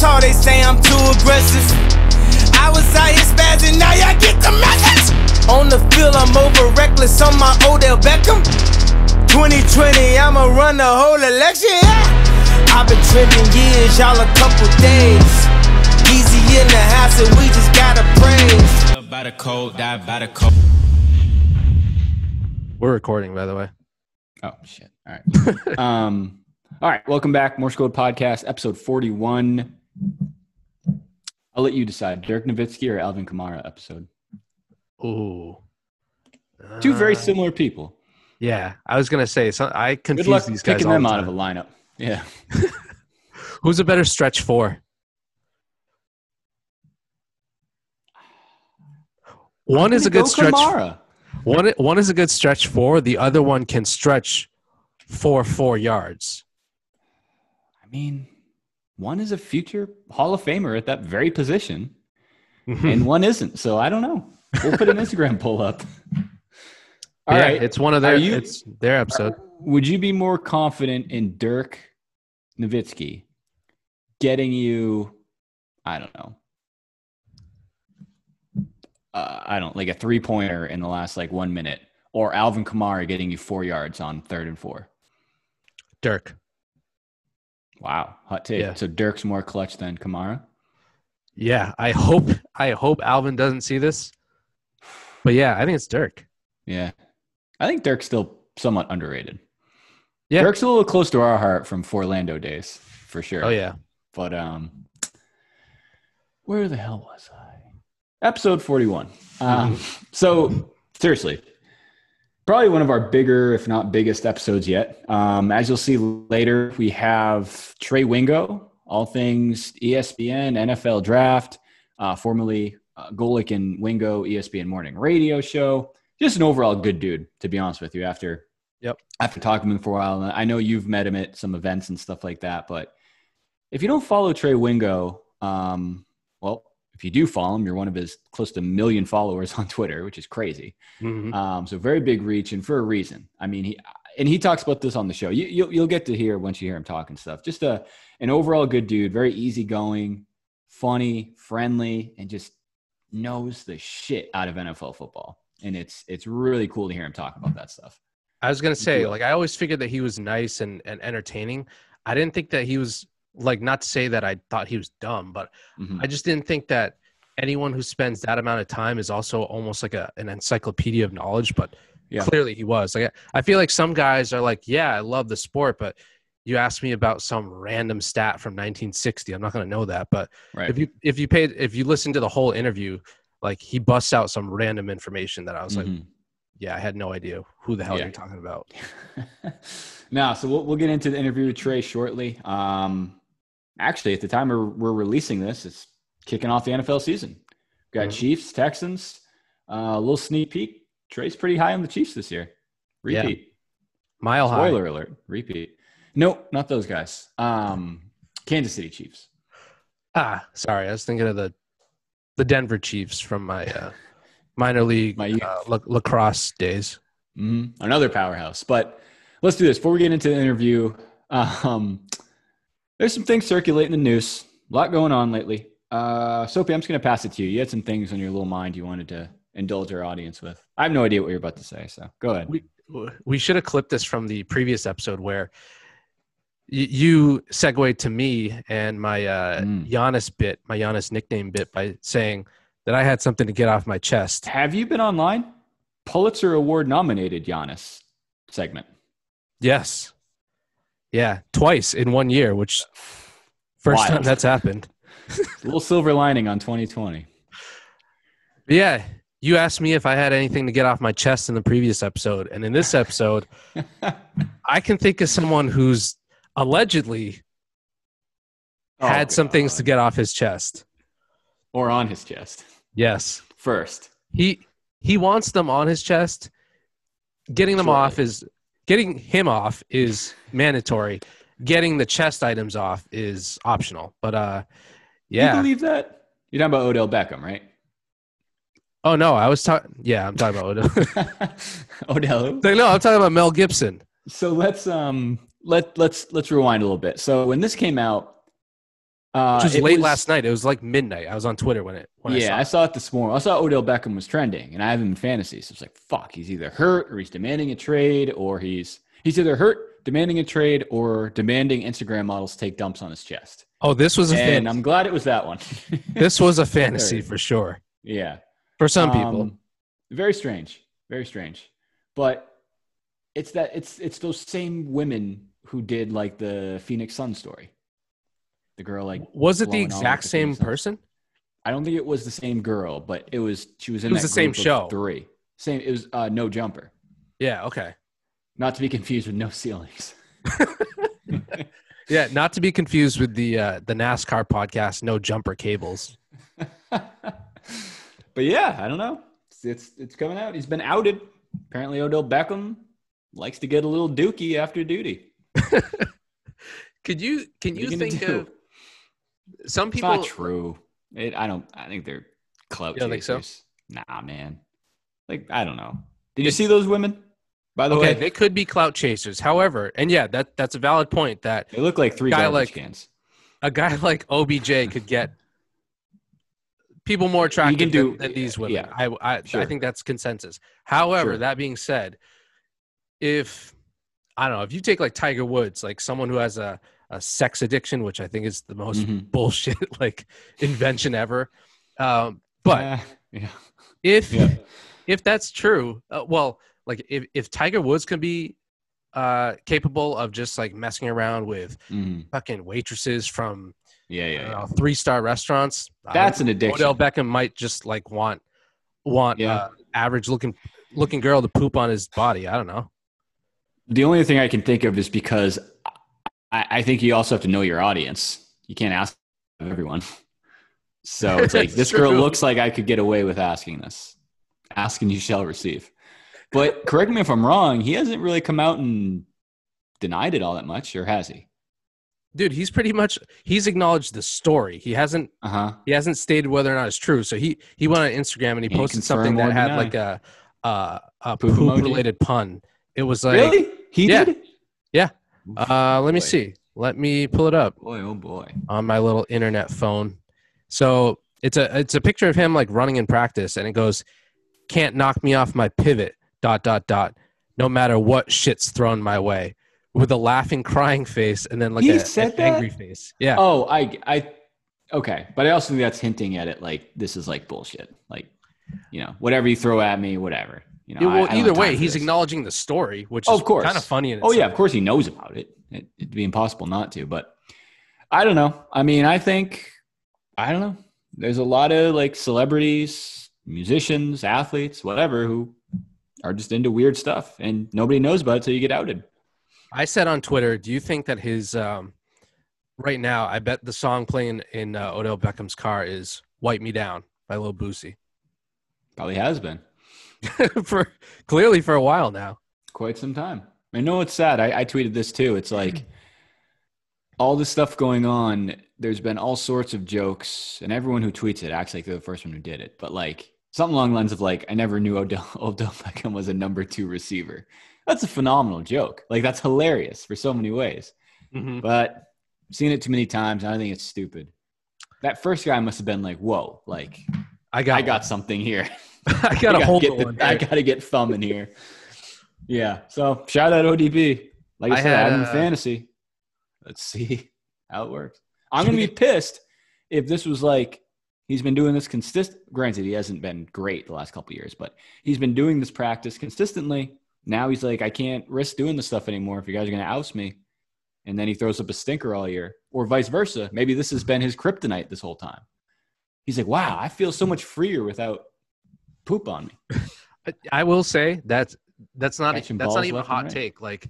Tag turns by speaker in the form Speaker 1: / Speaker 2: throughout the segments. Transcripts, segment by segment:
Speaker 1: tall, they say I'm too aggressive. I was out here spazzing, now y'all get the message. On the field, I'm over reckless on my Odell Beckham. 2020, I'ma run the whole election. Yeah. I've been tripping years, y'all a couple days. Easy in the house, and we just gotta praise.
Speaker 2: By the cold, die by the cold.
Speaker 3: We're recording, by the way.
Speaker 4: Oh shit! All right. um. All right. Welcome back, Morse Code Podcast, episode forty-one. I'll let you decide, Dirk Nowitzki or Alvin Kamara episode.
Speaker 3: Ooh.
Speaker 4: Two very
Speaker 3: Uh,
Speaker 4: similar people.
Speaker 3: Yeah, I was gonna say. So I confuse
Speaker 4: Good luck
Speaker 3: these guys.
Speaker 4: picking
Speaker 3: all
Speaker 4: them
Speaker 3: the
Speaker 4: out of a
Speaker 3: time.
Speaker 4: lineup. Yeah.
Speaker 3: Who's a better stretch four? One is a
Speaker 4: Gonna
Speaker 3: good
Speaker 4: go
Speaker 3: stretch.
Speaker 4: Kamara.
Speaker 3: One one is a good stretch four. The other one can stretch four four yards.
Speaker 4: I mean, one is a future Hall of Famer at that very position,
Speaker 3: Hmm. Mm-hmm.
Speaker 4: and one isn't. So I don't know. We'll put an Instagram poll up. All
Speaker 3: yeah,
Speaker 4: right.
Speaker 3: it's one of their.
Speaker 4: Are you-
Speaker 3: it's their episode.
Speaker 4: Would you be more confident in Dirk Nowitzki getting you, I don't know, uh, I don't like a three pointer in the last like one minute, or Alvin Kamara getting you four yards on third and four?
Speaker 3: Dirk.
Speaker 4: Wow, hot take.
Speaker 3: Yeah.
Speaker 4: So Dirk's more clutch than Kamara.
Speaker 3: Yeah, I hope. I hope Alvin doesn't see this. But yeah, I think it's Dirk.
Speaker 4: Yeah, I think Dirk's still somewhat underrated.
Speaker 3: Yeah.
Speaker 4: Dirk's a little close to our heart from Orlando days for sure.
Speaker 3: Oh yeah.
Speaker 4: But um, where the hell was I? Episode forty-one. Um, so seriously, probably one of our bigger, if not biggest, episodes yet. Um, as you'll see later, we have Trey Wingo, all things E ESPN, NFL draft, uh, formerly uh, Golick and Wingo E ESPN morning radio show. Just an overall good dude, to be honest with you. After
Speaker 3: Yep.
Speaker 4: after talking to him for a while, and I know you've met him at some events and stuff like that, but if you don't follow Trey Wingo, um, well, if you do follow him, you're one of his close to a million followers on Twitter, which is crazy.
Speaker 3: Mhm.
Speaker 4: Um, so very big reach, and for a reason. I mean, he and he talks about this on the show. You, you'll you'll get to hear once you hear him talking stuff. Just a an overall good dude, very easygoing, funny, friendly, and just knows the shit out of NFL football. And it's it's really cool to hear him talk about that stuff.
Speaker 3: I was gonna say,
Speaker 4: Yeah.
Speaker 3: like, I always figured that he was nice and, and entertaining. I didn't think that he was like not to say that I thought he was dumb, but
Speaker 4: Mhm.
Speaker 3: I just didn't think that anyone who spends that amount of time is also almost like a, an encyclopedia of knowledge. But
Speaker 4: Yeah.
Speaker 3: clearly, he was. Like, I I feel like some guys are like, yeah, I love the sport, but you ask me about some random stat from 1960, I'm not gonna know that. But
Speaker 4: Right.
Speaker 3: if you if you paid if you listen to the whole interview, like he busts out some random information that I was like,
Speaker 4: Mhm.
Speaker 3: yeah, I had no idea who the hell
Speaker 4: Yeah.
Speaker 3: you're talking about.
Speaker 4: now, so we'll, we'll get into the interview with Trey shortly. Um, actually, at the time we're, we're releasing this, it's kicking off the NFL season. We've got
Speaker 3: Mhm.
Speaker 4: Chiefs, Texans, uh, a little sneak peek. Trey's pretty high on the Chiefs this year.
Speaker 3: Yeah.
Speaker 4: Repeat.
Speaker 3: Mile high.
Speaker 4: Spoiler alert. Repeat. No, not those guys. Um, Kansas City Chiefs.
Speaker 3: Ah, sorry, I was thinking of the the Denver Chiefs from my uh, minor league
Speaker 4: My youth.
Speaker 3: uh, la- lacrosse days.
Speaker 4: Mhm. Another powerhouse. But let's do this before we get into the interview. Um, there's some things circulating the news. A lot going on lately. Uh, Sophie, I'm just going to pass it to you. You had some things on your little mind you wanted to indulge our audience with. I have no idea what you're about to say, so go ahead.
Speaker 3: We we should have clipped this from the previous episode where y- you segued to me and my uh,
Speaker 4: Mm.
Speaker 3: Giannis bit, my Giannis nickname bit, by saying that I had something to get off my chest.
Speaker 4: Have you been online? Pulitzer Award nominated Giannis segment.
Speaker 3: Yes, yeah, twice in one year, which first
Speaker 4: Wild.
Speaker 3: time that's happened.
Speaker 4: little silver lining on 2020.
Speaker 3: But yeah, you asked me if I had anything to get off my chest in the previous episode, and in this episode, I can think of someone who's allegedly had
Speaker 4: Oh,
Speaker 3: some things
Speaker 4: God.
Speaker 3: to get off his chest.
Speaker 4: Or on his chest
Speaker 3: Yes,
Speaker 4: first.
Speaker 3: he he wants them on his chest. Getting them
Speaker 4: Sure.
Speaker 3: off is getting him off is mandatory. Getting the chest items off is optional. But uh,
Speaker 4: You
Speaker 3: yeah.
Speaker 4: believe that? You're talking about Odell Beckham, right?
Speaker 3: Oh no, I was talking. Yeah, I'm talking about. Odell.
Speaker 4: Odell.
Speaker 3: no, I'm talking about Mel Gibson.
Speaker 4: So let's um let let's let's rewind a little bit. So when this came out, Uh,
Speaker 3: Which was
Speaker 4: it
Speaker 3: late
Speaker 4: was-
Speaker 3: last night. It was like midnight. I was on Twitter when it when
Speaker 4: yeah, I
Speaker 3: I saw.
Speaker 4: saw it this morning. I saw Odell Beckham was trending, and I have him in fantasy. So it's like, fuck, he's either hurt or he's demanding a trade, or he's he's either hurt, demanding a trade, or demanding Instagram models take dumps on his chest.
Speaker 3: Oh, this was a
Speaker 4: And
Speaker 3: fan-
Speaker 4: I'm glad it was that one.
Speaker 3: this was a fantasy
Speaker 4: Sorry.
Speaker 3: for sure
Speaker 4: yeah,
Speaker 3: for some people.
Speaker 4: Um, Very strange, very strange. But it's that it's it's those same women who did like the Phoenix Sun story. The girl like
Speaker 3: Was it the
Speaker 4: blowing all
Speaker 3: exact
Speaker 4: the
Speaker 3: same
Speaker 4: things up.
Speaker 3: person?
Speaker 4: I don't think it was the same girl, but it was she was in
Speaker 3: It was
Speaker 4: that
Speaker 3: the same
Speaker 4: group of
Speaker 3: show.
Speaker 4: three. Same it was uh, no jumper,
Speaker 3: Yeah. Okay.
Speaker 4: not to be confused with no ceilings.
Speaker 3: Yeah. Not to be confused with the uh, the NASCAR podcast, No Jumper Cables.
Speaker 4: but yeah, I don't know. It's, it's it's coming out. He's been outed. Apparently, Odell Beckham likes to get a little dookie after duty.
Speaker 3: Could you can
Speaker 4: What are
Speaker 3: you
Speaker 4: you gonna
Speaker 3: think
Speaker 4: do?
Speaker 3: of some
Speaker 4: It's
Speaker 3: people?
Speaker 4: not true. It, I don't. I think they're clout
Speaker 3: You don't think so?
Speaker 4: chasers. Nah, man. Like I don't know. Did you see those women? By the
Speaker 3: okay,
Speaker 4: way,
Speaker 3: they could be clout chasers. However, and yeah, that that's a valid point that
Speaker 4: they look like three
Speaker 3: Guy
Speaker 4: garbage
Speaker 3: like-
Speaker 4: cans.
Speaker 3: a guy like OBJ could get people more attractive
Speaker 4: can do-
Speaker 3: than, than these women.
Speaker 4: yeah,
Speaker 3: I I, I
Speaker 4: sure.
Speaker 3: think that's consensus. However,
Speaker 4: Sure.
Speaker 3: that being said, if I don't know, if you take like Tiger Woods, like someone who has a, a sex addiction, which I think is the most
Speaker 4: Mhm.
Speaker 3: bullshit like invention ever. Um, but
Speaker 4: Ah, yeah, Mm-hmm.
Speaker 3: if
Speaker 4: yeah.
Speaker 3: if that's true, uh, well, like if, if Tiger Woods can be uh, capable of just like messing around with
Speaker 4: Mhm.
Speaker 3: fucking waitresses from
Speaker 4: yeah, yeah, yeah.
Speaker 3: three star restaurants. I
Speaker 4: That's an
Speaker 3: don't-
Speaker 4: addiction.
Speaker 3: Odell Beckham might just like want want
Speaker 4: Yeah.
Speaker 3: uh, average looking looking girl to poop on his body. I don't know.
Speaker 4: The only thing I can think of is because I, I think you also have to know your audience. You can't ask everyone. So it's like
Speaker 3: It's
Speaker 4: this girl
Speaker 3: true.
Speaker 4: looks like I could get away with asking this. Ask and you shall receive. But correct me if I'm wrong. He hasn't really come out and denied it all that much, or has he?
Speaker 3: Dude, he's pretty much he's acknowledged the story. He hasn't
Speaker 4: Uh huh.
Speaker 3: he hasn't stated whether or not it's true. So he he went on Instagram and he
Speaker 4: Can't
Speaker 3: posted
Speaker 4: confirm
Speaker 3: something that
Speaker 4: or
Speaker 3: had
Speaker 4: deny.
Speaker 3: like a a, a
Speaker 4: Poop
Speaker 3: poop,
Speaker 4: emoji?
Speaker 3: related pun. It was like
Speaker 4: really? He
Speaker 3: Yeah.
Speaker 4: did.
Speaker 3: Yeah. uh, let me
Speaker 4: Boy.
Speaker 3: see. Let me pull it up.
Speaker 4: Boy, oh boy.
Speaker 3: on my little internet phone. So it's a it's a picture of him like running in practice, and it goes, "Can't knock me off my pivot." Dot dot dot. No matter what shit's thrown my way, with a laughing, crying face, and then like
Speaker 4: He
Speaker 3: a,
Speaker 4: said
Speaker 3: an angry
Speaker 4: that?
Speaker 3: face. Yeah,
Speaker 4: Oh, I, I, okay. But I also think that's hinting at it. Like this is like bullshit. Like, you know, whatever you throw at me, whatever. You know.
Speaker 3: Yeah,
Speaker 4: I- I
Speaker 3: well,
Speaker 4: don't
Speaker 3: either
Speaker 4: have time
Speaker 3: way,
Speaker 4: for
Speaker 3: he's
Speaker 4: this.
Speaker 3: acknowledging the story, which
Speaker 4: Oh,
Speaker 3: is
Speaker 4: of course.
Speaker 3: kind of funny. In
Speaker 4: Oh yeah,
Speaker 3: itself.
Speaker 4: of course he knows about it. it. It'd be impossible not to. But I don't know. I mean, I think I don't know. There's a lot of like celebrities, musicians, athletes, whatever, who are just into weird stuff, and nobody knows about it till you get outed.
Speaker 3: I said on Twitter, do you think that his um, right now? I bet the song playing in uh, Odell Beckham's car is "Wipe Me Down" by Lil Boosie
Speaker 4: Probably has been
Speaker 3: for clearly for a while now.
Speaker 4: quite some time. I know it's sad. I, I tweeted this too. It's like all this stuff going on. There's been all sorts of jokes, and everyone who tweets it acts like they're the first one who did it. But like something along the lines of like, I never knew Odell, Odell Beckham was a number two receiver. That's a phenomenal joke. Like that's hilarious for so many ways. Mm-hmm.
Speaker 3: Mhm.
Speaker 4: But I've seen it too many times. and I think it's stupid. That first guy must have been like, whoa, like
Speaker 3: I got,
Speaker 4: I got something here.
Speaker 3: I got a
Speaker 4: I
Speaker 3: hold
Speaker 4: gotta
Speaker 3: of
Speaker 4: get the-
Speaker 3: one.
Speaker 4: I
Speaker 3: I,
Speaker 4: gotta get thumb in here. yeah. So shout out ODB. Like I,
Speaker 3: I
Speaker 4: said,
Speaker 3: had,
Speaker 4: I am in
Speaker 3: uh,
Speaker 4: fantasy. Let's see how it works. I'm gonna be pissed if this was like he's been doing this consist. Granted, he hasn't been great the last couple years, but he's been doing this practice consistently. Now he's like, I can't risk doing this stuff anymore if you guys are gonna oust me. And then he throws up a stinker all year, or vice versa. Maybe this has been his kryptonite this whole time. He's like, wow, I feel so much freer without poop on me.
Speaker 3: I will say that that's not that's
Speaker 4: Catching
Speaker 3: not
Speaker 4: balls
Speaker 3: even a
Speaker 4: left and
Speaker 3: hot
Speaker 4: right.
Speaker 3: take. Like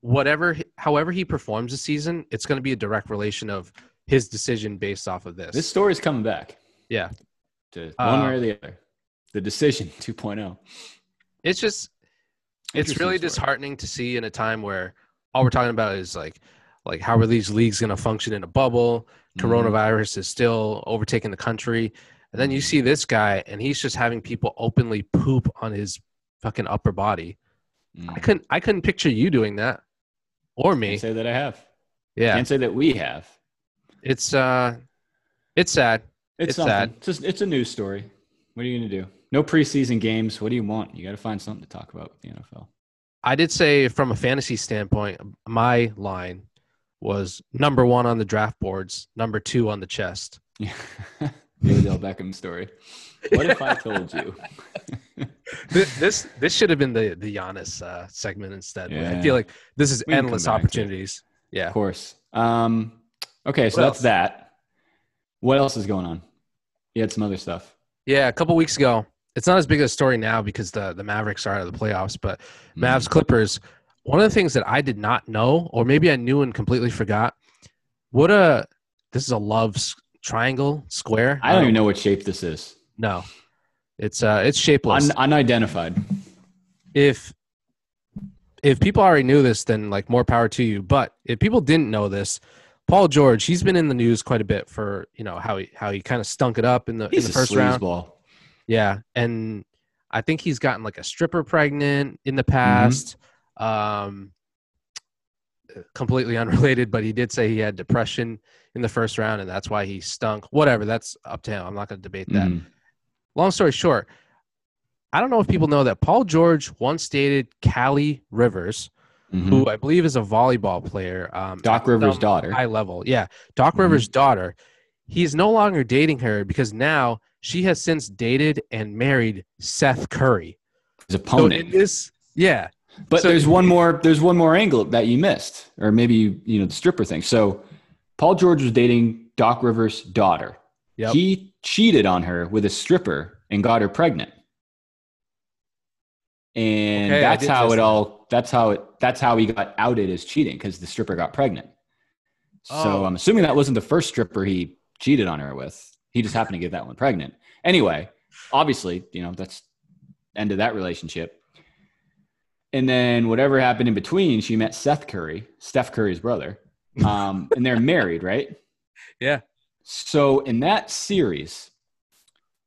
Speaker 3: whatever, however he performs this season, it's going to be a direct relation of his decision based off of this.
Speaker 4: This story is coming back.
Speaker 3: Yeah.
Speaker 4: To
Speaker 3: Uh,
Speaker 4: one way or the other. The decision oh. 2.0.
Speaker 3: it's just it's
Speaker 4: Interesting
Speaker 3: really
Speaker 4: story.
Speaker 3: disheartening to see in a time where all we're talking about is like like how are these leagues going to function in a bubble?
Speaker 4: Mm-hmm.
Speaker 3: Coronavirus is still overtaking the country, and
Speaker 4: Mm-hmm.
Speaker 3: then you see this guy, and he's just having people openly poop on his fucking upper body.
Speaker 4: Mhm.
Speaker 3: I couldn't I couldn't picture you doing that. Or me.
Speaker 4: Can't say that I have.
Speaker 3: Yeah.
Speaker 4: Can't say that we have.
Speaker 3: It's uh, it's sad.
Speaker 4: It's,
Speaker 3: It's
Speaker 4: something.
Speaker 3: sad.
Speaker 4: It's, just, it's a news story. What are you going to do? No preseason games. What do you want? You got to find something to talk about with the NFL.
Speaker 3: I did say from a fantasy standpoint, my line was number one on the draft boards, number two on the chest.
Speaker 4: Yeah. The Odell Beckham story. What if I told you?
Speaker 3: Th- this this should have been the the Giannis uh, segment instead. I
Speaker 4: Yeah.
Speaker 3: feel like this is
Speaker 4: We can
Speaker 3: endless
Speaker 4: come back to it.
Speaker 3: opportunities. Yeah.
Speaker 4: Of course. Um, okay, so
Speaker 3: What
Speaker 4: that's
Speaker 3: else?
Speaker 4: that. What else is going on? You had some other stuff.
Speaker 3: Yeah, a couple weeks ago. It's not as big a story now because the, the Mavericks are out of the playoffs, but Mm-hmm. Mavs Clippers, one of the things that I did not know, or maybe I knew and completely forgot, what a this is a love s- triangle square.
Speaker 4: I don't even know what shape this is.
Speaker 3: No. It's uh it's shapeless.
Speaker 4: Un- unidentified.
Speaker 3: if if people already knew this, then like more power to you. But if people didn't know this, Paul George, he's been in the news quite a bit for you know how he how he kind of stunk it up in the
Speaker 4: He's
Speaker 3: in the
Speaker 4: a
Speaker 3: first
Speaker 4: sleazeball.
Speaker 3: round. Yeah, and I think he's gotten like a stripper pregnant in the
Speaker 4: Mm-hmm.
Speaker 3: past. Um, completely unrelated, but he did say he had depression in the first round, and that's why he stunk. Whatever, that's up to him. I'm not going to debate that.
Speaker 4: Mm.
Speaker 3: Long story short, I don't know if people know that Paul George once dated Callie Rivers,
Speaker 4: Mhm.
Speaker 3: who I believe is a volleyball player. Um,
Speaker 4: Doc Rivers'
Speaker 3: some
Speaker 4: daughter.
Speaker 3: High level. Yeah. Doc
Speaker 4: Mhm.
Speaker 3: Rivers' daughter. He's no longer dating her because now she has since dated and married Seth Curry.
Speaker 4: his
Speaker 3: So
Speaker 4: opponent.
Speaker 3: in this, yeah.
Speaker 4: But
Speaker 3: So-
Speaker 4: there's one more there's one more angle that you missed, or maybe you, you know the stripper thing. So Paul George was dating Doc Rivers' daughter.
Speaker 3: Yep.
Speaker 4: He cheated on her with a stripper and got her pregnant. And
Speaker 3: Okay, I
Speaker 4: that's
Speaker 3: did
Speaker 4: how
Speaker 3: just-
Speaker 4: it all that's how it that's how he got outed as cheating because the stripper got pregnant. So
Speaker 3: Oh.
Speaker 4: I'm assuming that wasn't the first stripper he cheated on her with. He just happened to get that one pregnant. Anyway, obviously, you know, that's end of that relationship. And then whatever happened in between, she met Seth Curry, Steph Curry's brother. Um, and they're married, right?
Speaker 3: Yeah.
Speaker 4: So in that series,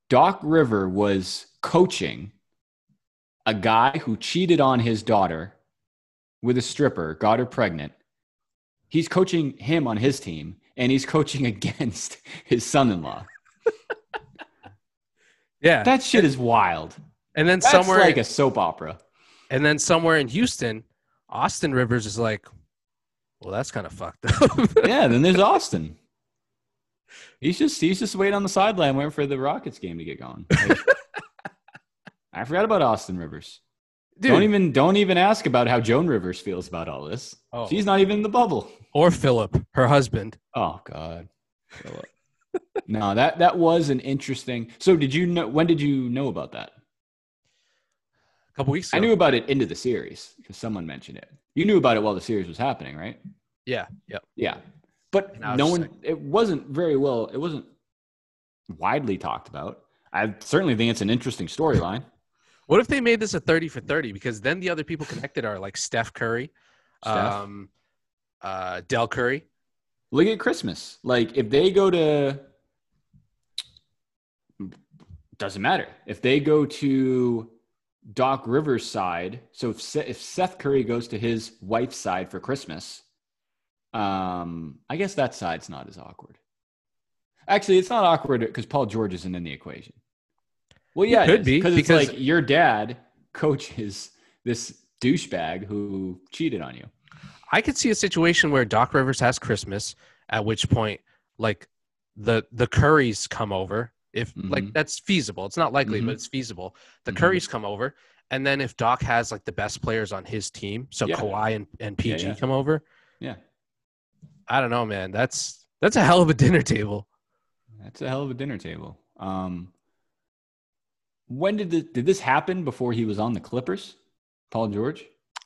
Speaker 4: Doc River was coaching a guy who cheated on his daughter with a stripper, got her pregnant. He's coaching him on his team, and he's coaching against his son-in-law.
Speaker 3: Yeah.
Speaker 4: That shit is wild.
Speaker 3: and then
Speaker 4: That's
Speaker 3: somewhere
Speaker 4: like a soap opera.
Speaker 3: and then somewhere in Houston, Austin Rivers is like, Well, that's kind of fucked up.
Speaker 4: yeah, then there's Austin. He's just he's just waiting on the sideline waiting for the Rockets game to get going. Like, I forgot about Austin Rivers.
Speaker 3: Dude,
Speaker 4: Don't even don't even ask about how Joan Rivers feels about all this.
Speaker 3: Oh.
Speaker 4: She's not even in the bubble.
Speaker 3: or Philip, her husband.
Speaker 4: Oh God. Philip. no, that that was an interesting. So did you know when did you know about that?
Speaker 3: A couple weeks ago.
Speaker 4: I knew about it into the series because someone mentioned it. You knew about it while the series was happening, right?
Speaker 3: yeah. Yep.
Speaker 4: Yeah. But
Speaker 3: And I was
Speaker 4: no
Speaker 3: just
Speaker 4: one
Speaker 3: like-
Speaker 4: it wasn't very well it wasn't widely talked about. I certainly think it's an interesting storyline.
Speaker 3: What if they made this a 30 for 30? Because then the other people connected are like Steph Curry,
Speaker 4: Steph.
Speaker 3: um, uh, Del Curry.
Speaker 4: Look at Christmas. Like if they go to doesn't matter. If they go to Doc Rivers' side, so if Se- if Seth Curry goes to his wife's side for Christmas, um, I guess that side's not as awkward. Actually, it's not awkward because Paul George isn't in the equation. Well, yeah, it
Speaker 3: could
Speaker 4: is,
Speaker 3: be,
Speaker 4: because it's
Speaker 3: because-
Speaker 4: like your dad coaches this douchebag who cheated on you.
Speaker 3: I could see a situation where Doc Rivers has Christmas, at which point, like the the Currys come over. If like
Speaker 4: Mhm.
Speaker 3: that's feasible, it's not likely,
Speaker 4: Mhm.
Speaker 3: but it's feasible. The
Speaker 4: Mhm.
Speaker 3: Currys come over, and then if Doc has like the best players on his team, so
Speaker 4: Yeah.
Speaker 3: Kawhi and, and
Speaker 4: Yeah,
Speaker 3: PG
Speaker 4: yeah.
Speaker 3: come over.
Speaker 4: Yeah.
Speaker 3: I don't know, man. That's that's a hell of a dinner table.
Speaker 4: That's a hell of a dinner table. Um, when did this, did this happen? Before he was on the Clippers, Paul George.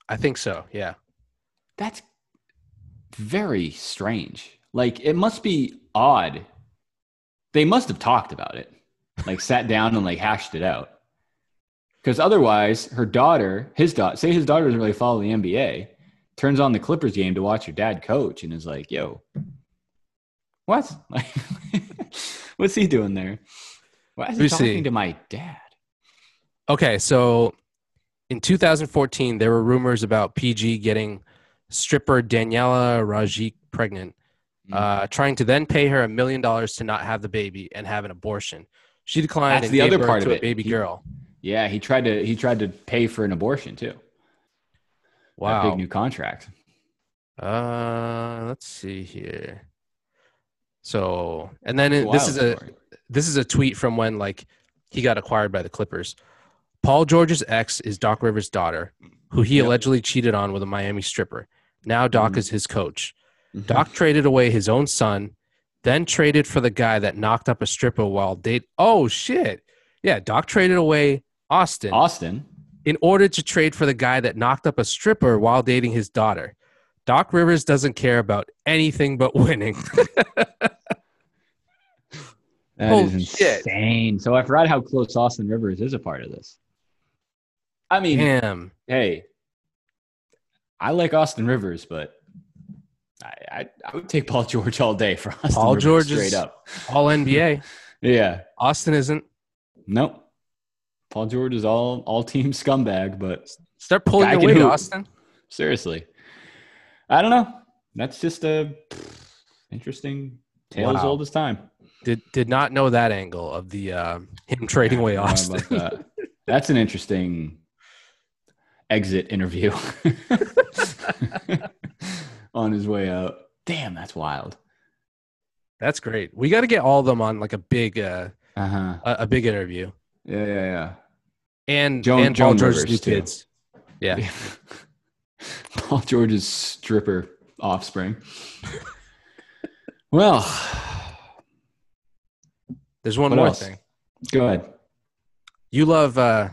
Speaker 3: I think so. Yeah.
Speaker 4: That's very strange. Like it must be odd. They must have talked about it, like sat down and like hashed it out. Because otherwise, her daughter, his daughter, say his daughter doesn't really follow the NBA, turns on the Clippers game to watch her dad coach and is like, "Yo, what? Like, what's he doing there? Why is he
Speaker 3: We see.
Speaker 4: talking to my dad?"
Speaker 3: Okay, so in 2014, there were rumors about PG getting stripper Daniela Rajik pregnant,
Speaker 4: Mm-hmm.
Speaker 3: uh, trying to then pay her a million dollars to not have the baby and have an abortion. She declined
Speaker 4: That's
Speaker 3: and
Speaker 4: the
Speaker 3: gave
Speaker 4: other
Speaker 3: birth
Speaker 4: part of
Speaker 3: to a
Speaker 4: it.
Speaker 3: baby
Speaker 4: He-
Speaker 3: girl.
Speaker 4: Yeah, he tried to he tried to pay for an abortion too. That
Speaker 3: Wow.
Speaker 4: big new contract.
Speaker 3: Uh, let's see here. So, and then it,
Speaker 4: Wild
Speaker 3: this is a
Speaker 4: story.
Speaker 3: this is a tweet from when like he got acquired by the Clippers. Paul George's ex is Doc Rivers' daughter, who he
Speaker 4: Yep.
Speaker 3: allegedly cheated on with a Miami stripper. Now Doc
Speaker 4: Mhm.
Speaker 3: is his coach.
Speaker 4: Mhm.
Speaker 3: Doc traded away his own son, then traded for the guy that knocked up a stripper while date. Oh shit! Yeah, Doc traded away Austin
Speaker 4: Austin.
Speaker 3: in order to trade for the guy that knocked up a stripper while dating his daughter. Doc Rivers doesn't care about anything but winning.
Speaker 4: That
Speaker 3: Holy
Speaker 4: is
Speaker 3: shit.
Speaker 4: insane. So I forgot how close Austin Rivers is a part of this. I mean,
Speaker 3: Damn.
Speaker 4: hey, I like Austin Rivers, but I, I I would take Paul George all day for Austin
Speaker 3: Paul
Speaker 4: Rivers
Speaker 3: George is-
Speaker 4: straight up.
Speaker 3: All NBA.
Speaker 4: Yeah.
Speaker 3: Austin isn't.
Speaker 4: Nope. Paul George is all all team scumbag, but
Speaker 3: Start pulling
Speaker 4: Guy
Speaker 3: your
Speaker 4: can
Speaker 3: weight,
Speaker 4: hoop.
Speaker 3: Austin.
Speaker 4: seriously, I don't know. That's just a pff, interesting tale as
Speaker 3: Wow.
Speaker 4: old as time.
Speaker 3: Did did not know that angle of the um, him trading away
Speaker 4: I don't know
Speaker 3: Austin.
Speaker 4: about that. That's an interesting exit interview on his way out. Damn, that's wild.
Speaker 3: That's great. We got to get all of them on like a big uh,
Speaker 4: Uh huh.
Speaker 3: a, a big interview
Speaker 4: Yeah, yeah, yeah.
Speaker 3: and
Speaker 4: Joan-
Speaker 3: and Paul
Speaker 4: Joan
Speaker 3: George's
Speaker 4: Rivers,
Speaker 3: new
Speaker 4: too.
Speaker 3: kids. Yeah.
Speaker 4: Paul George's stripper offspring. well,
Speaker 3: There's one
Speaker 4: What
Speaker 3: more
Speaker 4: else?
Speaker 3: thing.
Speaker 4: go ahead.
Speaker 3: You love uh,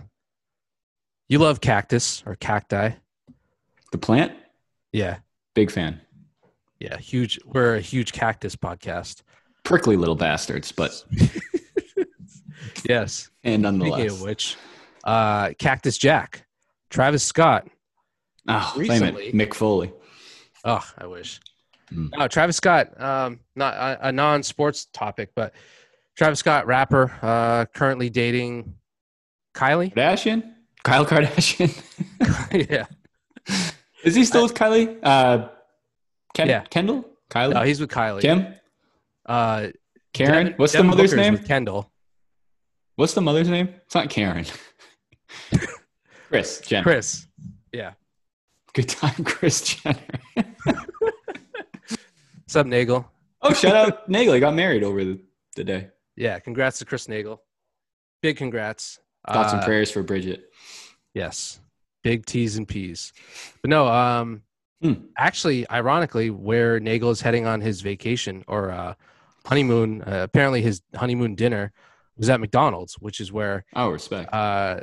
Speaker 3: you love cactus or cacti.
Speaker 4: The plant,
Speaker 3: Yeah.
Speaker 4: big fan.
Speaker 3: Yeah, huge. We're a huge cactus podcast.
Speaker 4: Prickly little bastards, but
Speaker 3: Yes.
Speaker 4: and
Speaker 3: Speaking of
Speaker 4: nonetheless.
Speaker 3: which, uh, Cactus Jack, Travis Scott.
Speaker 4: Oh,
Speaker 3: recently-
Speaker 4: Recently, Mick Foley.
Speaker 3: Oh, I wish.
Speaker 4: Mm.
Speaker 3: No, Travis Scott. Um, not a, a non-sports topic, but Travis Scott, rapper, uh, currently dating Kylie.
Speaker 4: Kardashian? Kyle Kardashian?
Speaker 3: yeah.
Speaker 4: Is he still with Kylie? Uh, Ken-
Speaker 3: Yeah.
Speaker 4: Kendall? Kylie?
Speaker 3: No, he's with Kylie.
Speaker 4: Kim?
Speaker 3: Uh,
Speaker 4: Karen?
Speaker 3: Devin-
Speaker 4: What's
Speaker 3: Devin
Speaker 4: the mother's
Speaker 3: Booker's
Speaker 4: name?
Speaker 3: With Kendall.
Speaker 4: What's the mother's name? It's not Karen. Chris Jenner.
Speaker 3: Chris.
Speaker 4: Good time, Chris Jenner.
Speaker 3: What's up, Nagel?
Speaker 4: oh, shout out Nagel. He got married over the, the day.
Speaker 3: Yeah. Congrats to Chris Nagel. Big congrats.
Speaker 4: Thoughts and
Speaker 3: Uh,
Speaker 4: prayers for Bridget.
Speaker 3: Yes. Big T's and P's. But no, um
Speaker 4: Hmm.
Speaker 3: actually ironically where Nagel is heading on his vacation or uh honeymoon, uh, apparently his honeymoon dinner was at McDonald's, which is where
Speaker 4: Oh, respect.
Speaker 3: uh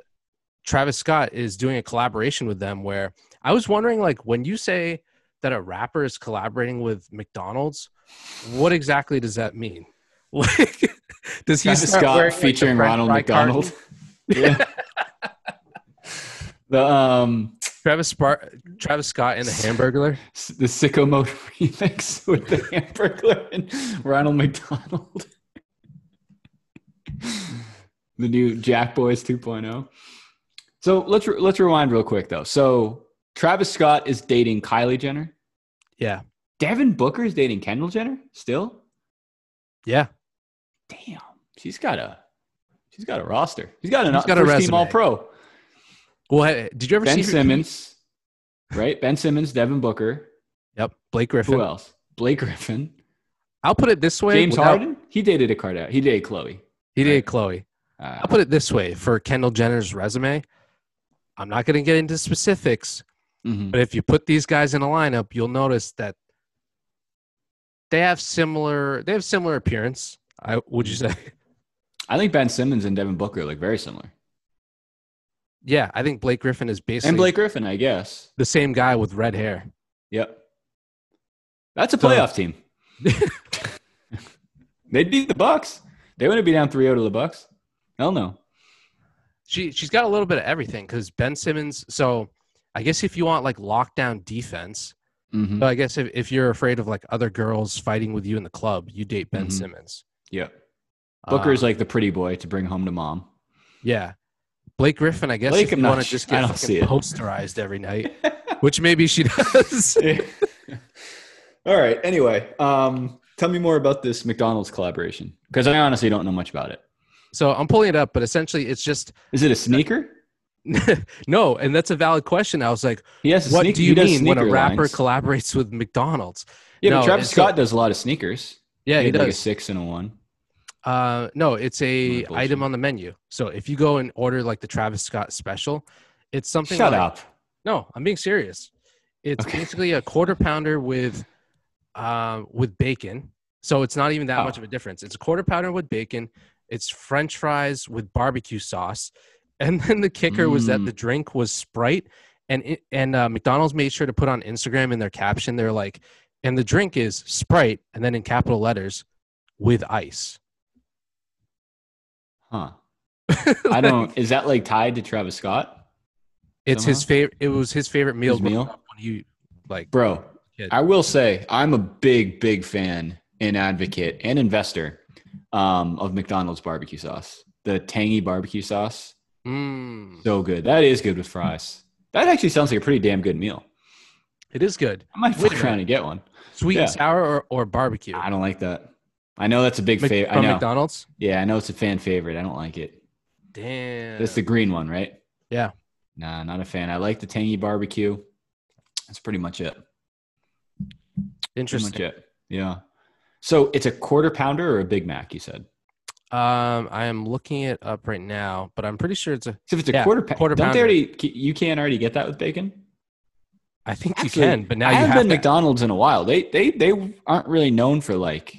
Speaker 3: Travis Scott is doing a collaboration with them where I was wondering like when you say that a rapper is collaborating with McDonald's, what exactly does that mean? Like does he
Speaker 4: Travis
Speaker 3: start
Speaker 4: Scott
Speaker 3: wearing, like, the
Speaker 4: featuring
Speaker 3: French
Speaker 4: Ronald
Speaker 3: fry carton?
Speaker 4: McDonald. yeah. the um
Speaker 3: Travis Spar- Travis Scott and the Hamburglar.
Speaker 4: s- the sicko mode remix with the hamburger and Ronald McDonald. the new Jack Boys 2.0. So let's re- let's rewind real quick though. So Travis Scott is dating Kylie Jenner.
Speaker 3: Yeah.
Speaker 4: Devin Booker is dating Kendall Jenner still.
Speaker 3: Yeah.
Speaker 4: Damn, she's got a she's got a roster. He's got an
Speaker 3: She's got a
Speaker 4: first team
Speaker 3: resume.
Speaker 4: All Pro.
Speaker 3: Well, hey, did you ever see
Speaker 4: Ben
Speaker 3: her-
Speaker 4: Simmons, right? Ben Simmons, Devin Booker.
Speaker 3: Yep, Blake
Speaker 4: Who
Speaker 3: Griffin.
Speaker 4: else? Blake Griffin.
Speaker 3: I'll put it this way.
Speaker 4: James
Speaker 3: without-
Speaker 4: Harden. He dated a Kardashian. He dated Chloe.
Speaker 3: He did Chloe.
Speaker 4: Uh,
Speaker 3: I'll put it this way for Kendall Jenner's resume. I'm not going to get into specifics,
Speaker 4: mhm.
Speaker 3: but if you put these guys in a lineup, you'll notice that they have similar they have similar appearance. I would you say?
Speaker 4: I think Ben Simmons and Devin Booker look very similar.
Speaker 3: Yeah, I think Blake Griffin is basically
Speaker 4: And Blake Griffin, I guess.
Speaker 3: the same guy with red hair.
Speaker 4: Yep. That's a
Speaker 3: So-
Speaker 4: playoff team. they beat the Bucks. They wouldn't be down 3-0 to the Bucks. Hell no.
Speaker 3: She she's got a little bit of everything because Ben Simmons. So I guess if you want like lockdown defense,
Speaker 4: Mm-hmm.
Speaker 3: So I guess if, if you're afraid of like other girls fighting with you in the club, you date Ben
Speaker 4: Mhm.
Speaker 3: Simmons.
Speaker 4: Yep. Booker's
Speaker 3: Uh,
Speaker 4: like the pretty boy to bring home to mom.
Speaker 3: yeah. Blake Griffin, I guess
Speaker 4: Blake,
Speaker 3: if you
Speaker 4: I'm not
Speaker 3: want to
Speaker 4: sure.
Speaker 3: just
Speaker 4: I
Speaker 3: get
Speaker 4: don't see
Speaker 3: fucking
Speaker 4: it.
Speaker 3: posterized every night, which maybe she does.
Speaker 4: All right. Anyway, um, Tell me more about this McDonald's collaboration because I honestly don't know much about it.
Speaker 3: So I'm pulling it up, but essentially it's just
Speaker 4: Is it a sneaker?
Speaker 3: no, and that's a valid question. I was like,
Speaker 4: He has a
Speaker 3: what
Speaker 4: sneak-
Speaker 3: do
Speaker 4: he
Speaker 3: you
Speaker 4: does
Speaker 3: mean when a
Speaker 4: sneaker
Speaker 3: rapper
Speaker 4: lines.
Speaker 3: collaborates with McDonald's?
Speaker 4: yeah,
Speaker 3: No,
Speaker 4: but
Speaker 3: it's-
Speaker 4: Travis Scott does a lot of sneakers.
Speaker 3: Yeah, he
Speaker 4: had, Like a
Speaker 3: does.
Speaker 4: six and a one.
Speaker 3: Uh, no, it's a
Speaker 4: bullshit.
Speaker 3: item on the menu. So if you go and order like the Travis Scott special, it's something
Speaker 4: Shut
Speaker 3: like,
Speaker 4: up.
Speaker 3: No, I'm being serious. It's
Speaker 4: Okay.
Speaker 3: basically a quarter pounder with um, with bacon. So it's not even that
Speaker 4: Oh.
Speaker 3: much of a difference. It's a quarter pounder with bacon. It's French fries with barbecue sauce, and then the kicker was that
Speaker 4: Mm.
Speaker 3: the drink was Sprite, and it, and uh, McDonald's made sure to put on Instagram in their caption they're like, and the drink is Sprite, and then in capital letters, with ice.
Speaker 4: Huh. I don't. Is that like tied to Travis Scott?
Speaker 3: It's his favorite. It was his favorite meal.
Speaker 4: His
Speaker 3: growing
Speaker 4: meal?
Speaker 3: up When you like,
Speaker 4: Bro,
Speaker 3: Kid.
Speaker 4: I will say I'm a big, big fan and advocate and investor um, of McDonald's barbecue sauce. The tangy barbecue sauce.
Speaker 3: mm,
Speaker 4: So good. That is good with fries. That actually sounds like a pretty damn good meal.
Speaker 3: it is good.
Speaker 4: I might
Speaker 3: Wait
Speaker 4: be
Speaker 3: a
Speaker 4: trying to get one.
Speaker 3: Sweet
Speaker 4: Yeah.
Speaker 3: and sour or, or barbecue?
Speaker 4: I don't like that. I know that's a big
Speaker 3: Mc-
Speaker 4: favorite. I
Speaker 3: from
Speaker 4: know.
Speaker 3: McDonald's.
Speaker 4: Yeah, I know it's a fan favorite. I don't like it.
Speaker 3: Damn.
Speaker 4: That's the green one, right?
Speaker 3: Yeah.
Speaker 4: Nah, not a fan. I like the tangy barbecue. That's pretty much it. Pretty much
Speaker 3: Interesting.
Speaker 4: it. Yeah. So it's a quarter pounder or a Big Mac, you said?
Speaker 3: Um, I am looking it up right now, but I'm pretty sure it's a.
Speaker 4: So if it's a
Speaker 3: Yeah,
Speaker 4: quarter, pa-
Speaker 3: quarter
Speaker 4: don't
Speaker 3: pounder.
Speaker 4: they already? c- You can't already get that with bacon.
Speaker 3: I think
Speaker 4: Actually,
Speaker 3: you can, but now
Speaker 4: I
Speaker 3: you
Speaker 4: haven't
Speaker 3: have
Speaker 4: been
Speaker 3: to.
Speaker 4: McDonald's in a while. They they they aren't really known for like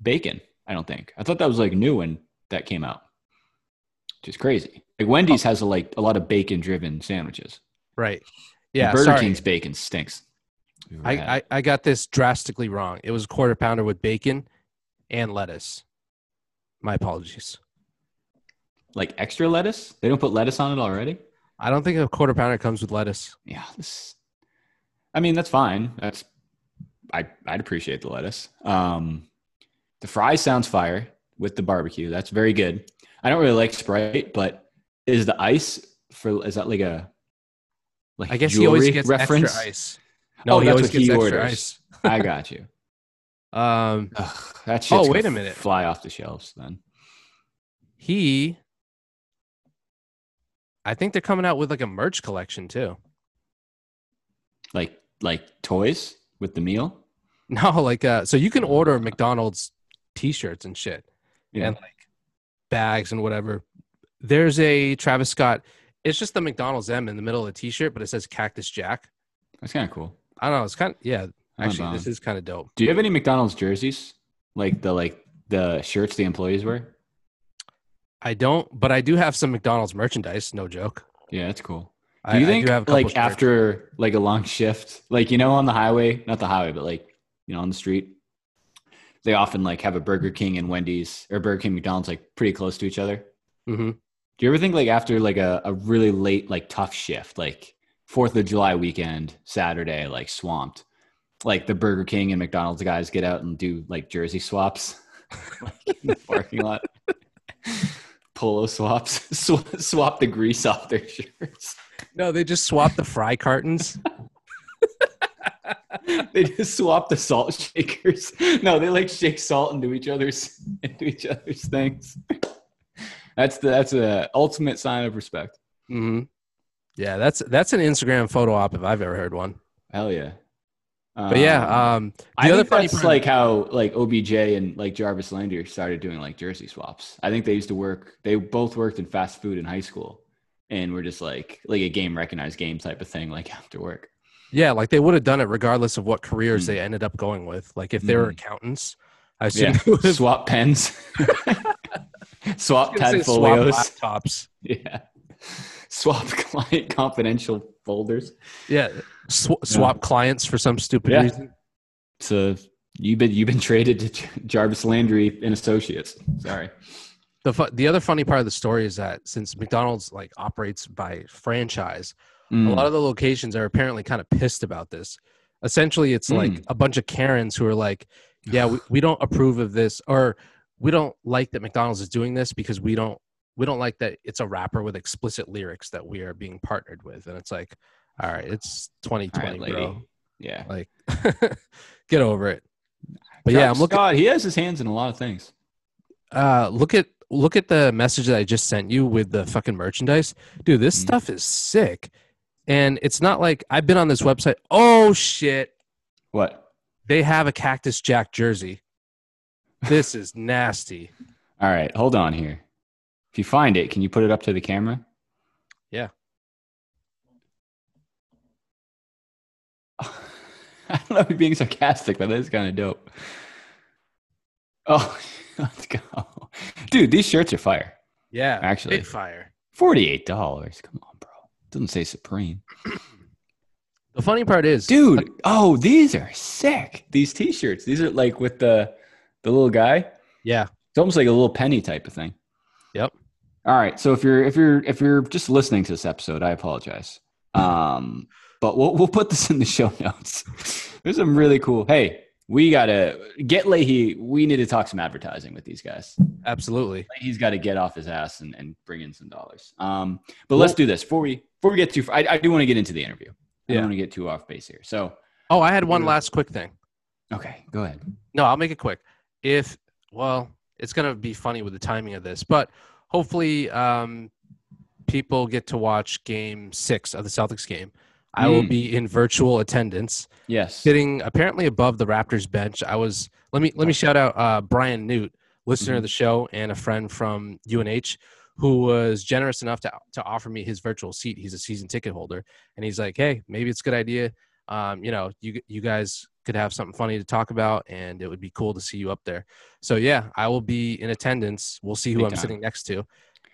Speaker 4: bacon. I don't think. I thought that was like new when that came out, which is crazy. Like Wendy's
Speaker 3: Oh.
Speaker 4: has a, like a lot of bacon driven sandwiches.
Speaker 3: right.
Speaker 4: And
Speaker 3: Yeah.
Speaker 4: Burger
Speaker 3: sorry.
Speaker 4: King's bacon stinks. We've
Speaker 3: I,
Speaker 4: already had
Speaker 3: I
Speaker 4: it.
Speaker 3: I got this drastically wrong. It was a quarter pounder with bacon and lettuce. My apologies.
Speaker 4: like extra lettuce. They don't put lettuce on it already.
Speaker 3: I don't think a quarter pounder comes with lettuce.
Speaker 4: Yeah, this. I mean, that's fine. That's I I'd appreciate the lettuce. Um, the fry sounds fire with the barbecue. That's very good. I don't really like Sprite, but is the ice for is that like a like
Speaker 3: I guess he
Speaker 4: jewelry
Speaker 3: always gets
Speaker 4: reference? Oh,
Speaker 3: extra ice. No, he always gets extra ice.
Speaker 4: I got you.
Speaker 3: Um,
Speaker 4: Ugh, that shit's
Speaker 3: Oh,
Speaker 4: gonna
Speaker 3: wait a minute.
Speaker 4: Fly off the shelves then.
Speaker 3: he. I think they're coming out with like a merch collection too.
Speaker 4: Like like toys with the meal.
Speaker 3: No, like uh so you can order McDonald's t-shirts and shit
Speaker 4: Yeah.
Speaker 3: and like bags and whatever. There's a Travis Scott. It's just the McDonald's M in the middle of the t-shirt, but it says Cactus Jack.
Speaker 4: That's kind of cool.
Speaker 3: I don't know. It's kind of yeah.
Speaker 4: I'm
Speaker 3: Actually,
Speaker 4: down.
Speaker 3: this is kind of dope.
Speaker 4: Do you have any McDonald's jerseys? Like the like the shirts the employees wear?
Speaker 3: I don't, but I do have some McDonald's merchandise. No joke.
Speaker 4: Yeah, that's cool.
Speaker 3: I-
Speaker 4: Do you
Speaker 3: I,
Speaker 4: think
Speaker 3: do have a couple
Speaker 4: like
Speaker 3: shirts.
Speaker 4: after like a long shift, like you know on the highway, not the highway, but like you know on the street, they often like have a Burger King and Wendy's or Burger King McDonald's like pretty close to each other.
Speaker 3: Mhm.
Speaker 4: Do you ever think like after like a, a really late like tough shift, like Fourth of July weekend, Saturday, like swamped, like the Burger King and McDonald's guys get out and do like jersey swaps like, in the parking lot, polo swaps, sw- swap the grease off their shirts.
Speaker 3: No, they just swapped the fry cartons.
Speaker 4: they just swap the salt shakers. No, they like shake salt into each other's into each other's things. That's the that's a ultimate sign of respect.
Speaker 3: hmm Yeah, that's that's an Instagram photo op if I've ever heard one.
Speaker 4: Hell yeah.
Speaker 3: But yeah, um the
Speaker 4: I
Speaker 3: other
Speaker 4: think
Speaker 3: funny
Speaker 4: that's
Speaker 3: part-
Speaker 4: like how like OBJ and like Jarvis Landry started doing like jersey swaps. I think they used to work. They both worked in fast food in high school, and were just like like a game recognized game type of thing. Like after work,
Speaker 3: Yeah, like they would have done it regardless of what careers
Speaker 4: Mm.
Speaker 3: they ended up going with. Like if they were
Speaker 4: Mhm.
Speaker 3: accountants, I assume
Speaker 4: yeah,
Speaker 3: they would have
Speaker 4: swap pens, swap
Speaker 3: swap
Speaker 4: pad folios.
Speaker 3: laptops.
Speaker 4: Yeah. Swap client confidential folders.
Speaker 3: Yeah, sw- swap clients for some stupid
Speaker 4: Yeah.
Speaker 3: reason.
Speaker 4: So you've been you've been traded to Jar- Jarvis Landry and Associates. Sorry.
Speaker 3: The fu- the other funny part of the story is that since McDonald's like operates by franchise, a lot of the locations are apparently kind of pissed about this. Essentially, it's like
Speaker 4: Mm.
Speaker 3: a bunch of Karens who are like, "Yeah, we, we don't approve of this, or we don't like that McDonald's is doing this because we don't we don't like that it's a rapper with explicit lyrics that we are being partnered with." And it's like, all right, it's
Speaker 4: All right,
Speaker 3: 2020,
Speaker 4: lady.
Speaker 3: bro.
Speaker 4: Yeah.
Speaker 3: Like, get over it. But yeah, I'm looking.
Speaker 4: Scott, he has his hands in a lot of things.
Speaker 3: Uh, look at look at the message that I just sent you with the fucking merchandise, dude. This
Speaker 4: Mhm.
Speaker 3: stuff is sick, and it's not like I've been on this website. Oh shit,
Speaker 4: What?
Speaker 3: they have a Cactus Jack jersey. This is nasty.
Speaker 4: All right, hold on here. If you find it, can you put it up to the camera?
Speaker 3: Yeah.
Speaker 4: I don't know if you're being sarcastic, but that is kind of dope. Oh, let's go. Dude, these shirts are fire.
Speaker 3: Yeah,
Speaker 4: Actually.
Speaker 3: big fire.
Speaker 4: $48. Come on, bro. Doesn't say Supreme.
Speaker 3: The funny part is,
Speaker 4: Dude, oh, these are sick. These t shirts. These are like with the the little guy.
Speaker 3: Yeah,
Speaker 4: It's almost like a little penny type of thing.
Speaker 3: Yep.
Speaker 4: All right. So if you're if you're if you're just listening to this episode, I apologize. Um, but we'll we'll put this in the show notes. There's some really cool. Hey, we gotta get Leahy. We need to talk some advertising with these guys.
Speaker 3: absolutely.
Speaker 4: He's got to get off his ass and, and bring in some dollars. Um, but let's do this before we before we get too. far- I, I do want to get into the interview. I
Speaker 3: Yeah.
Speaker 4: don't want to get too off base here. So
Speaker 3: Oh, I had one last quick thing.
Speaker 4: okay, go ahead.
Speaker 3: No, I'll make it quick. If well, it's gonna be funny with the timing of this, but hopefully, um, people get to watch Game Six of the Celtics game. I will
Speaker 4: Mm.
Speaker 3: be in virtual attendance,
Speaker 4: Yes.
Speaker 3: sitting apparently above the Raptors bench. I was. Let me let me shout out uh, Brian Newt, listener
Speaker 4: Mm-hmm.
Speaker 3: of the show and a friend from UNH, who was generous enough to to offer me his virtual seat. He's a season ticket holder, and he's like, "Hey, maybe it's a good idea. Um, you know, you you guys could have something funny to talk about, and it would be cool to see you up there." So yeah, I will be in attendance. We'll see who
Speaker 4: Big
Speaker 3: I'm
Speaker 4: time.
Speaker 3: sitting next to,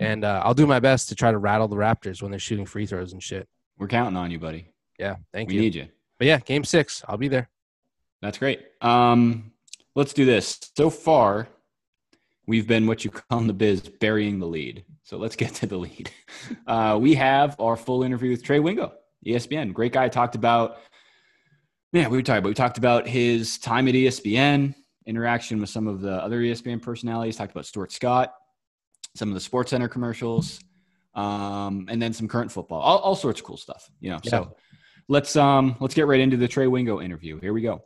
Speaker 3: and uh, I'll do my best to try to rattle the Raptors when they're shooting free throws and shit.
Speaker 4: We're counting on you, buddy.
Speaker 3: Yeah, thank
Speaker 4: we
Speaker 3: you.
Speaker 4: need you.
Speaker 3: but yeah, game six, I'll be there.
Speaker 4: That's great. Um, let's do this. So far, we've been what you call in the biz burying the lead. So let's get to the lead. Uh, we have our full interview with Trey Wingo, E ESPN. Great guy. Talked about, man, we were talking about, we talked about his time at E ESPN, interaction with some of the other E ESPN personalities, talked about Stuart Scott, some of the Sports Center commercials, um, and then some current football, all, all sorts of cool stuff, you know.
Speaker 3: Yeah.
Speaker 4: So let's um let's get right into the Trey Wingo interview. Here we go.